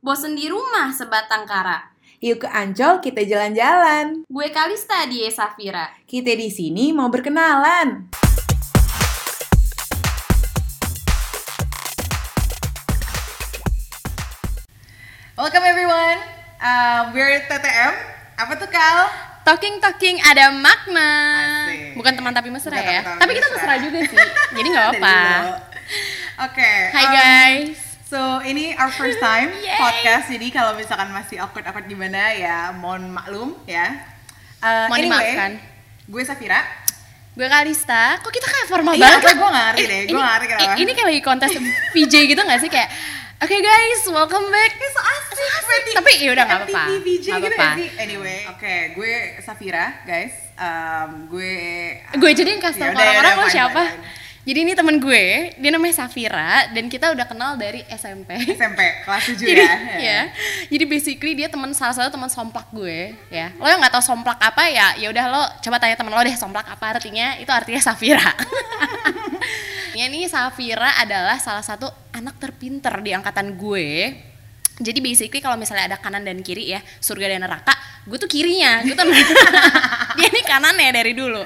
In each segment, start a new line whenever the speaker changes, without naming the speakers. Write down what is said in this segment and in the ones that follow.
Bosen di rumah sebatang kara.
Yuk ke Ancol kita jalan-jalan.
Gue Kalista di Safira.
Kita di sini mau berkenalan.
Welcome everyone. Uh, we're TTM. Apa tuh Kal?
Talking talking ada makna.
Asik.
Bukan teman tapi mesra
Bukan
ya.
teman tapi
Tapi kita
mesra.
mesra juga sih. Jadi nggak
Dari
apa.
dulu. Oke.
Hai
um,
guys.
So ini our first time
Yay.
podcast. Jadi kalau misalkan masih awkward awkward gimana ya mohon maklum ya. Uh,
Mohon dimaafkan.
Gue Safira.
Gue Kalista. Kok kita kayak formal
Iya,
banget?
apa gue nggak ngerti
Eh,
deh. Gue
ini-
nggak ngerti kenapa.
eh, Ini kayak lagi kontes VJ gitu nggak sih kayak Oke guys, welcome back.
Kayak so asik, berarti
Tapi ya udah nggak apa-apa.
MTV VJ
Nggak
gitu
apa-apa. Hmm.
ya sih? Anyway, oke, gue Safira, guys. Um, gue
Gue jadi yang kasih tau
Ya
ke
udah, ya
orang-orang
udah,
lo
fine,
siapa.
fine,
Jadi ini temen gue, dia namanya Safira dan kita udah kenal dari SMP.
SMP kelas 7
Jadi,
ya.
ya. Jadi basically dia teman salah satu teman somplak gue, ya. Lo yang nggak tahu somplak apa ya, ya udah lo coba tanya teman lo deh somplak apa artinya. Itu artinya Safira. ya nih Safira adalah salah satu anak terpinter di angkatan gue. Jadi basically kalau misalnya ada kanan dan kiri ya, surga dan neraka, gue tuh kirinya, gue tuh dia nih kanannya dari dulu.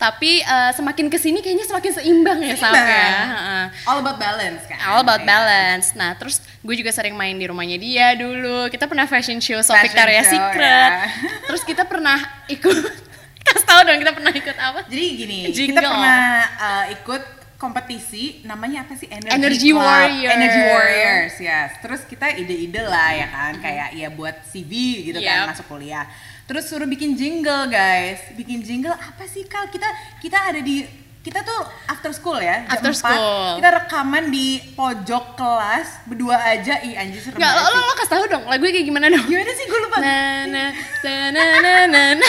Tapi eh, semakin kesini kayaknya semakin seimbang ya Saf ya.
Seimbang.
Heeh.
All about balance kan.
All about
Ya.
balance. Nah, terus gue juga sering main di rumahnya dia dulu. Kita pernah fashion show Soft
Fashion
Victoria
show,
Secret.
ya.
Terus kita pernah ikut Kasih tau dong kita pernah ikut apa?
Jadi gini,
Jingle.
kita pernah uh, ikut kompetisi namanya apa sih energy,
Energy
Club.
Warriors.
energy warriors yes terus kita ide-ide lah ya kan kayak ya buat CV gitu
Mm-hmm. Yep.
kan masuk kuliah terus suruh bikin jingle guys bikin jingle apa sih kal kita kita ada di kita tuh after school ya jam
After
4.
school.
kita rekaman di pojok kelas berdua aja i anjir serem
Enggak, lo,
banget
lo,
sih.
lo kasih tau dong lagu kayak gimana dong?
gimana sih gue lupa
Na na na na na na na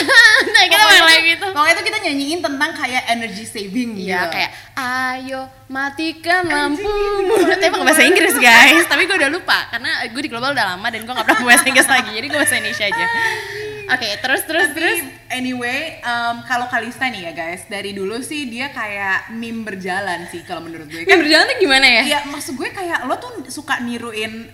Nah, kita main
Pokoknya- Iya.
lagu itu
pokoknya itu kita nyanyiin tentang kayak energy saving gitu
Iya kayak ayo matikan lampu.
gitu,
Tapi emang bahasa Inggris guys. Tapi gue udah lupa karena gue di global udah lama dan gue gak pernah bahasa Inggris lagi. Jadi gue bahasa Indonesia aja. Oke terus terus
Tapi
terus.
anyway, em, kalau Kalista nih ya guys, dari dulu sih dia kayak meme berjalan sih kalau menurut gue.
Kan
Kan,
berjalan tuh gimana ya?
ya maksud gue kayak lo tuh suka niruin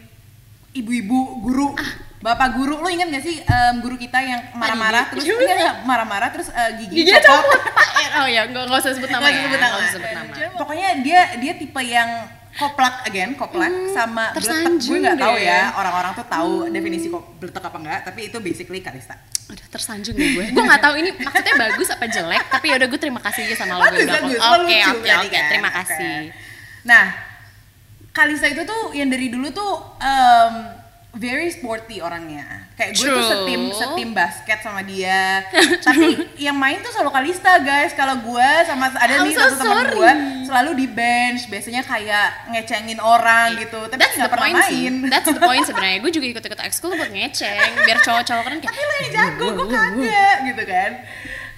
ibu-ibu guru,
Ah.
bapak guru. Lo ingat gak sih em, guru kita yang marah-marah
Gigi.
terus ingat nggak? marah-marah terus eh, gigi
Giginya
copot.
copot. Pak. Eh, Oh ya, gak, usah sebut nama
Nggak
ya.
usah sebut
Nggak
nama.
usah sebut nama.
Pokoknya dia dia tipe yang koplak again, koplak sama
Hmm, tersanjung
beletek. Gue nggak tahu
deh. Hmm.
ya, orang-orang tuh tahu definisi kok beletek apa enggak, tapi itu basically Kalista.
Udah tersanjung ya gue. Gue gak tahu ini maksudnya bagus apa jelek, tapi yaudah gue terima kasih aja sama lo. gue
Bagus,
udah ngomong.
bagus. Lo
Oke,
lucu
oke,
berarti
oke.
kan?
Terima
Oke.
kasih.
Nah, Kalisa itu tuh yang dari dulu tuh em, very sporty orangnya. Kayak gue tuh
True.
setim setim basket sama dia. Tapi yang main tuh selalu Kalista guys. Kalau gue sama ada
I'm
nih
so
satu teman
sorry.
gue selalu di bench. Biasanya kayak ngecengin orang gitu. Tapi
Iya. That's
nggak
the
pernah
point sih.
main.
That's the point sebenarnya. Gue juga ikut-ikut ekskul buat ngeceng, biar cowok-cowok keren kayak
tapi lo yang jago gue kagak gitu kan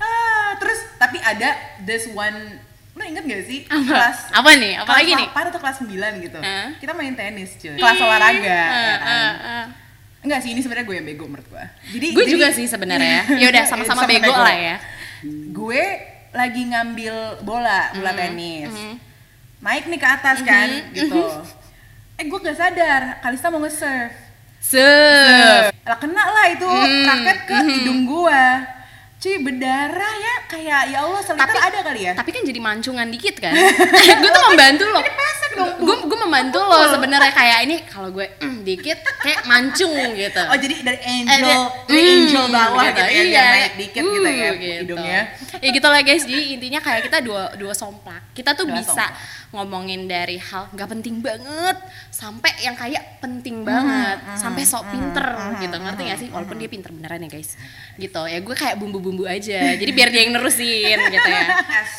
ah, terus tapi ada this one lo inget gak sih
Apa?
kelas
Apa nih? Apa lagi nih?
kelas 8 atau kelas 9 gitu
Hah?
kita main tenis cuy kelas olahraga ya
Eh,
kan?
eh, eh.
enggak sih ini sebenarnya gue yang bego menurut gue jadi
Gue
jadi-
juga sih sebenarnya. Ya udah sama-sama bego lah ya.
gue lagi ngambil bola
Mm-hmm.
bola tenis naik nih ke atas kan gitu
Mm-hmm.
eh gue gak sadar Kalista mau nge-serve
Se.
lah kena lah itu
Mm-hmm.
raket ke hidung gua cuy berdarah ya kayak ya Allah selitter ada kali ya
tapi kan jadi mancungan dikit kan gue tuh membantu lo
pesek dong, Bu.
gue gue membantu lo sebenarnya kayak ini kalau gue mm, dikit kayak mancung gitu
oh jadi dari angel
Eh,
dari
mm,
angel bawah gitu, ya
iya.
biar naik dikit gitu ya
Uh, gitu.
hidungnya
ya gitu lah guys jadi intinya kayak kita dua dua somplak kita tuh
Dua
bisa ngomongin dari hal nggak penting banget sampai yang kayak penting banget
Hmm,
sampai sok pinter gitu ngerti gak sih walaupun dia pinter beneran ya guys gitu ya gue kayak bumbu-bumbu aja jadi biar dia yang nerusin gitu ya
As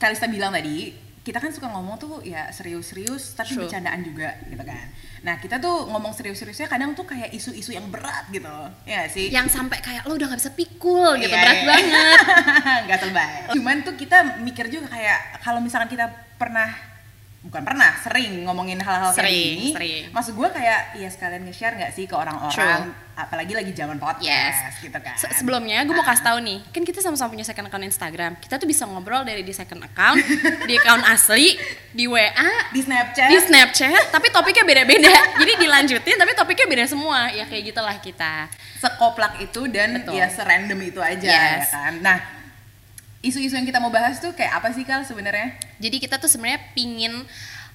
Kalista bilang tadi, kita kan suka ngomong tuh ya serius-serius tapi
True.
bercandaan juga gitu kan. Nah, kita tuh ngomong serius-seriusnya kadang tuh kayak isu-isu yang berat gitu loh. Iya nggak sih?
yang sampai kayak lo udah nggak bisa pikul gitu
Iya,
berat
iya.
banget
nggak terbaik. Cuman tuh kita mikir juga kayak kalau misalkan kita pernah bukan pernah sering ngomongin hal-hal kayak
Sering,
gini.
sering.
Maksud gue kayak ya sekalian nge-share nggak sih ke orang-orang, apalagi lagi zaman
Yes.
podcast gitu kan.
Se- sebelumnya gue mau kasih tahu nih, kan kita sama-sama punya second account Instagram. Kita tuh bisa ngobrol dari di second account, di account asli, di WA,
di Snapchat
di Snapchat, tapi topiknya beda-beda. Jadi dilanjutin tapi topiknya beda semua. Ya kayak gitulah kita.
sekoplak itu dan
Betul.
ya serandom itu aja ya
Yes.
kan. Nah, isu-isu yang kita mau bahas tuh kayak apa sih Kal sebenarnya?
Jadi kita tuh sebenarnya pingin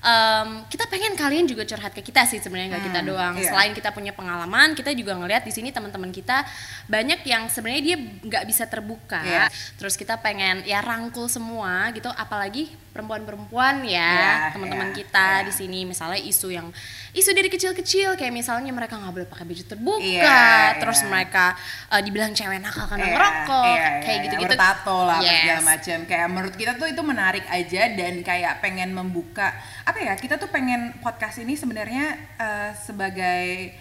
em, kita pengen kalian juga curhat ke kita sih sebenarnya nggak kita doang.
iya.
Selain kita punya pengalaman, kita juga ngelihat di sini teman-teman kita banyak yang sebenarnya dia nggak bisa terbuka.
Iya.
Terus kita pengen ya rangkul semua gitu, apalagi perempuan-perempuan
Iya,
ya teman-teman
iya,
kita
iya.
di sini. Misalnya isu yang isu dari kecil-kecil kayak misalnya mereka nggak boleh pakai baju terbuka,
Iya,
terus
iya.
mereka eh, dibilang cewek nakal karena
Iya,
ngerokok,
iya,
kayak
iya,
gitu-gitu.
bertato lah apa
Yes.
segala macam kayak menurut kita tuh itu menarik aja dan kayak pengen membuka apa ya kita tuh pengen podcast ini sebenarnya eh, sebagai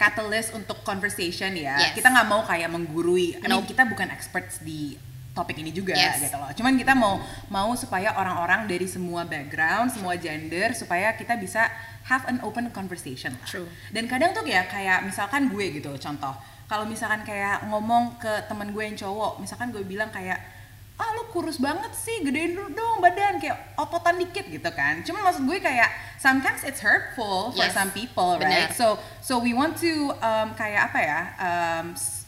catalyst untuk conversation ya
Yes.
kita nggak mau kayak menggurui I mean,
Nope.
kita bukan experts di topik ini juga
Yes.
gitu loh cuman kita mau mau supaya orang-orang dari semua background semua gender supaya kita bisa have an open conversation lah
True.
dan kadang tuh ya kayak misalkan gue gitu contoh kalau misalkan kayak ngomong ke temen gue yang cowok misalkan gue bilang kayak ah lu kurus banget sih gedein dulu dong badan kayak ototan dikit gitu kan cuma maksud gue kayak sometimes it's hurtful for
Yes.
some people right
Benar.
so so we want to um, kayak apa ya um, s-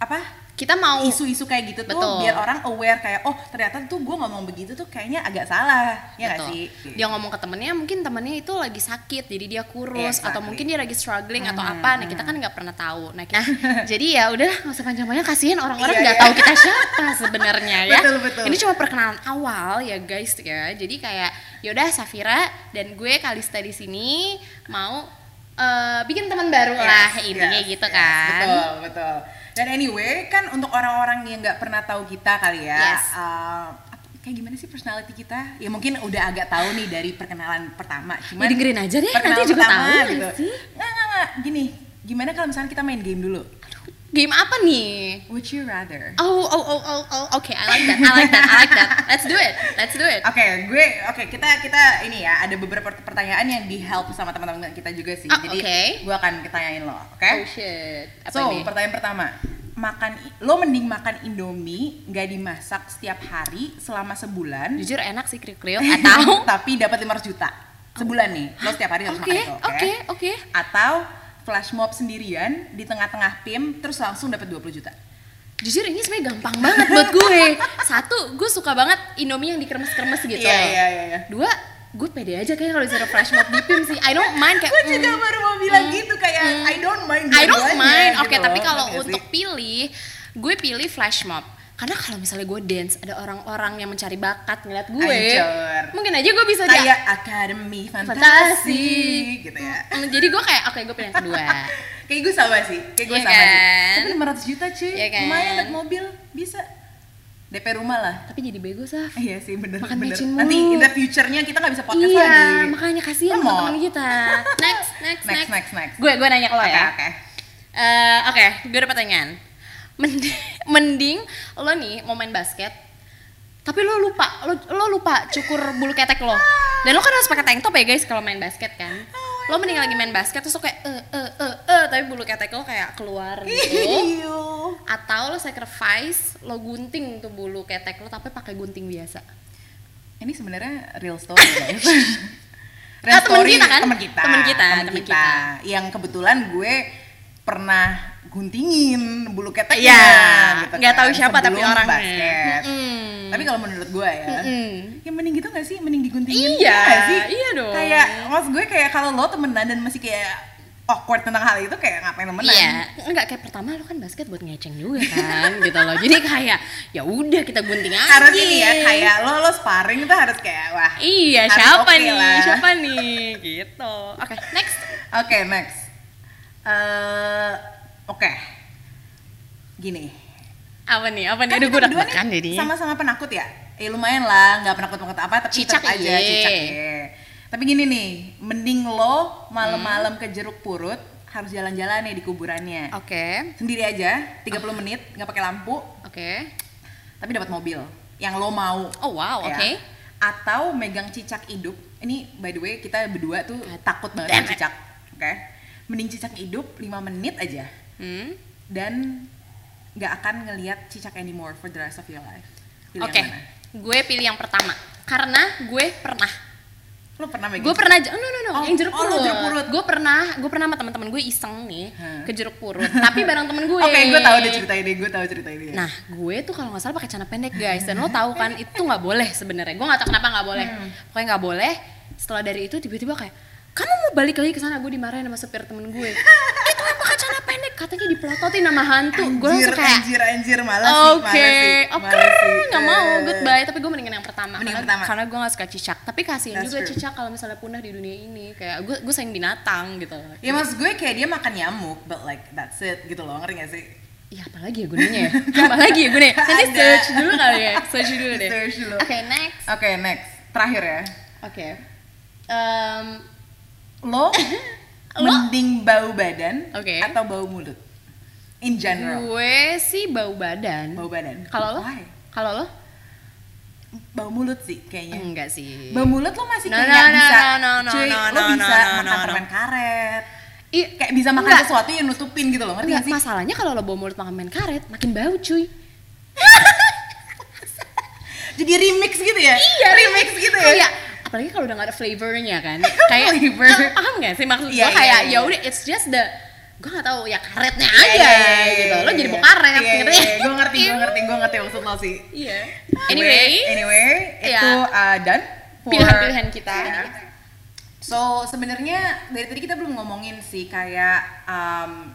apa
Kita mau
isu-isu kayak gitu tuh
Betul.
biar orang aware kayak oh ternyata tuh gue ngomong begitu tuh kayaknya agak salah ya nggak
Betul.
sih
Dia ngomong ke temennya, mungkin temennya itu lagi sakit, jadi dia kurus,
Exactly.
atau mungkin dia lagi struggling atau
Hmm,
apa. Nah kita kan nggak pernah tahu. Nah, nah, jadi ya udah nggak usah panjang-panjang. Kasihan orang-orang
Iya,
nggak
iya.
tahu kita siapa sebenarnya ya.
Betul, betul.
Ini cuma perkenalan awal ya guys ya. Jadi kayak yaudah Safira dan gue Kalista di sini mau eh, bikin teman baru lah
Yes,
intinya
yes,
gitu
yes.
kan.
Iya. Betul, betul. Dan anyway, kan untuk orang-orang yang nggak pernah tahu kita kali ya.
Yes.
eh, apa- kayak gimana sih personality kita? Ya mungkin udah agak tahu nih dari perkenalan pertama.
Ya,
Cuman
dengerin aja deh,
perkenalan
nanti juga
pertama
tahu
gitu.
nggak sih?
Nggak, nggak, nggak. Gini, gimana kalau misalnya kita main game dulu?
Game apa nih?
Would you rather?
Oh, oh, oh, oh, oh, oke, I like that, I like that, I like that. Let's do it, let's do it.
Oke, gue oke kita kita ini ya ada beberapa pertanyaan yang di help sama teman-teman kita juga sih.
Oh,
Jadi
oke.
gue akan tanyain lo, oke?
Oh shit, apa
so,
ini?
pertanyaan pertama, makan lo mending makan Indomie nggak dimasak setiap hari selama sebulan
Jujur enak sih kriuk-kriuk atau
tapi dapat 500 juta sebulan nih. Lo setiap hari harus
Oke,
makan itu, oke?
oke, oke.
Atau flash mob sendirian di tengah-tengah PIM terus langsung dapat 20 juta.
Jujur ini sebenarnya gampang banget buat gue. Satu, gue suka banget Indomie yang dikremes-kremes gitu.
Iya, iya, iya, iya.
Dua, gue pede aja kayak kalau disuruh flash mob di PIM sih. I don't mind kayak
Gue
mm,
juga baru mau bilang gitu kayak I don't mind.
I don't
dua-duanya,
mind.
gitu
Oke, tapi
loh.
kalau
Ngerti nggak
untuk
sih?
pilih, gue pilih flash mob. Karena kalau misalnya gue dance, ada orang-orang yang mencari bakat ngeliat gue.
Ancur.
Mungkin aja gue bisa dia-
kayak Academy Fantasi gitu ya.
Mm, Jadi gue kayak, oke gue pilih yang kedua.
Kayak gue sama sih, kayak gue
Iya
sama
kan?
sih. Tapi 500 juta cuy,
Iya kan?
lumayan dapat mobil, bisa. DP rumah lah.
tapi jadi bego, Saf.
Iya sih bener
Makan
bener.
matching
Nanti
mulu.
in the future-nya kita nggak bisa podcast
iya,
lagi. Kan
makanya kasihan gitu.
Lemot.
teman kita. Next, next,
Next,
next.
next, next.
Gue gue nanya ke lo
Oke,
ya.
oke.
Eh, Oke, gue ada pertanyaan. Mending, mending lo nih mau main basket, tapi lo lupa, lo, lo lupa cukur bulu ketek lo. Dan lo kan harus pakai tank top ya guys kalau main basket kan.
Oh
Lo mending lagi main basket terus lo kayak eh eh eh eh tapi bulu ketek lo kayak keluar gitu.
Iyo.
Atau lo sacrifice, lo gunting tuh bulu ketek lo tapi pakai gunting biasa.
Ini sebenarnya real story guys. real
Ah, temen kita kan?
temen kita,
Temen kita,
temen
temen
kita. Yang kebetulan gue pernah guntingin bulu keteknya. gitu
Iya. nggak
kan,
tahu siapa tapi
sebelum
orangnya.
basket.
Mm-mm.
Tapi kalau menurut gue ya,
Mm-mm.
ya mending gitu gak sih? Mending diguntingin
Iya,
ya nggak sih?
iya dong.
Kayak, maksud gue kayak kalau lo temenan dan masih kayak awkward tentang hal itu kayak ngapain temenan?
Iya, enggak kayak pertama lo kan basket buat ngeceng juga kan gitu loh. Jadi kayak ya udah kita gunting aja.
harus ini ya kayak lo lo sparring tuh harus kayak wah
Iya,
harus
siapa
oke
nih?
lah.
Siapa nih? Gitu. Oke, next.
oke next Eh, oke gini
Apa nih? Apa nih?
Kan
Aduh,
kita
gue
berdua
deg-degan
nih
jadi.
sama-sama penakut ya eh lumayan lah nggak penakut penakut apa tapi
Cicak, iya.
tetap aja
iye.
cicak iye. tapi gini nih mending lo malam-malam ke jeruk purut harus jalan-jalan nih di kuburannya
Hmm. Oke.
sendiri aja 30 menit nggak pakai lampu
Oke.
tapi dapat mobil yang lo mau Ya.
Oh, wow, oke.
atau megang cicak hidup eh ini by the way kita berdua tuh takut banget sama cicak oke mending cicak hidup 5 menit aja
Hmm.
dan nggak akan ngelihat cicak anymore for the rest of your life Pilih
Oke,
yang mana?
gue pilih yang pertama karena gue pernah
lo pernah
gue pernah j- no no no
Oh,
yang jeruk
oh, lo
purut,
jeruk purut.
gue pernah gue pernah sama teman-teman gue iseng nih
Hah.
ke jeruk purut tapi bareng temen gue
oke gue tahu deh cerita ini gue tahu cerita ini
Nah, gue tuh kalau nggak salah pakai celana pendek guys, dan lo tahu kan itu nggak boleh sebenarnya. Gue nggak tahu kenapa nggak boleh.
Hmm.
Pokoknya nggak boleh. Setelah dari itu tiba-tiba kayak kamu mau balik lagi ke sana gue dimarahin sama supir temen gue. Itu kan pakai celana pendek, katanya dipelototin sama hantu. Gue
anjir,
langsung kayak
anjir anjir malas sih
Oke,
malas sih
oke,
malas sih.
nggak mau,
Eh.
goodbye. Tapi gue mendingan yang pertama, karena,
Mending yang pertama.
karena gue nggak suka cicak. Tapi kasihan
That's
juga
true.
cicak kalau misalnya punah di dunia ini. Kayak gue, gue sayang binatang gitu.
ya maksud gue kayak dia makan nyamuk but like that's it gitu loh ngerti gak sih
Iya apalagi ya gunanya ya? apalagi ya gunanya? Nanti
Ada.
search dulu kali ya, search dulu deh.
Search dulu.
Oke next.
oke next terakhir ya
Oke. Em,
lo
Lo?
mending bau badan
Oke.
atau bau mulut in general
gue sih bau badan.
bau badan
Kalau lo?
Why?
Kalau lo?
bau mulut sih kayaknya
Enggak sih.
Iya. bau mulut lo masih
Hmm. No, no,
kayak
no,
bisa
no, no,
cuy
no,
lo
no,
bisa
no, no,
makan
no.
permen karet
Ih,
kayak bisa makan
Enggak.
sesuatu yang nutupin gitu loh ngerti
enggak,
gak sih
masalahnya kalau lo bau mulut makan main karet, makin bau cuy.
jadi remix gitu ya
Iya,
remix gitu ya
Kayak, apalagi kalau udah gak ada flavornya kan. Kayak,
Flavor.
Ah, paham gak sih maksud
Iya,
gue
iya,
kayak,
iya.
ya udah it's just the gue gak tahu ya karetnya
Iya,
aja
iya, iya, iya,
gitu. Lo
iya,
jadi
iya.
bau karet
Iya,
gitu.
iya, iya. gue ngerti gue ngerti gue ngerti maksud lo sih
Iya.
anyway,
Anyway,
anyway itu
ya.
uh, done for-
Pilihan-pilihan kita.
Iya. So sebenarnya dari tadi kita belum ngomongin sih kayak um,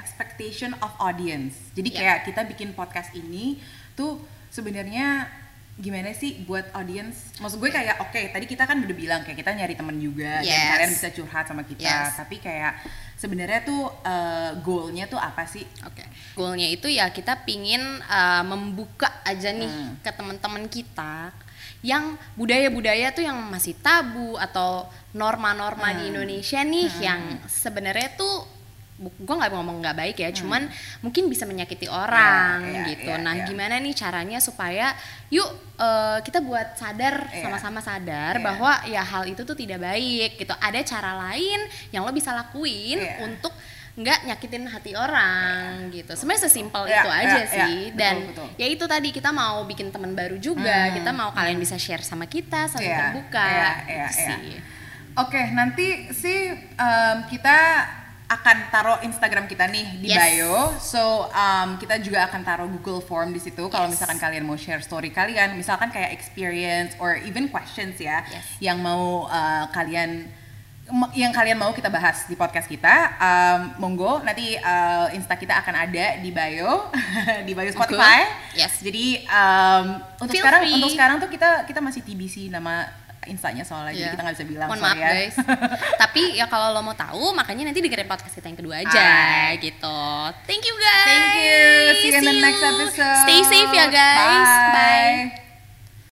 expectation of audience. Jadi
Iya.
kayak kita bikin podcast ini tuh sebenarnya gimana sih buat audience? Maksud gue kayak oke tadi kita kan udah bilang kayak kita nyari temen juga dan
Yes.
kalian bisa curhat sama kita.
Yes.
Tapi kayak sebenarnya tuh uh, goalnya tuh apa sih?
Oke. Goalnya itu ya kita pingin uh, membuka aja nih
Hmm.
ke teman-teman kita yang budaya-budaya tuh yang masih tabu atau norma-norma
Hmm.
di Indonesia nih yang sebenarnya tuh gue nggak ngomong nggak baik
Hmm.
ya, cuman mungkin bisa menyakiti orang
Iya, iya,
gitu.
iya,
nah,
iya.
gimana nih caranya supaya yuk uh, kita buat sadar
Iya.
sama-sama sadar
Iya.
bahwa ya hal itu tuh tidak baik gitu. Ada cara lain yang lo bisa lakuin
Iya.
untuk nggak nyakitin hati orang gitu. Sebenarnya sesimpel
Ya,
itu
ya,
aja
ya,
sih
betul,
dan
betul. Hmm,
ya itu tadi kita mau bikin teman baru juga. Kita mau kalian bisa share sama kita, saling
Ya,
terbuka
ya,
gitu
ya, ya.
sih.
Oke, nanti sih em, kita akan taruh Instagram kita nih di
Yes.
bio. So, em, kita juga akan taruh Google Form di situ kalau
Yes.
misalkan kalian mau share story kalian, misalkan kayak experience or even questions ya
Yes.
yang mau eh, kalian ma- yang kalian mau kita bahas di podcast kita. Em, monggo nanti eh, Insta kita akan ada di bio di bio Spotify.
Yes.
Jadi em, untuk
Feel
sekarang
free.
untuk sekarang tuh kita kita masih TBC nama Instanya soalnya jadi
Iya.
kita nggak bisa bilang
Mohon maaf
sorry ya.
guys. Tapi ya kalau lo mau tahu makanya nanti dengerin podcast kita yang kedua aja
Alright.
gitu. Thank you guys.
Thank you. See you in the next episode.
Stay safe ya guys. Bye.
Bye.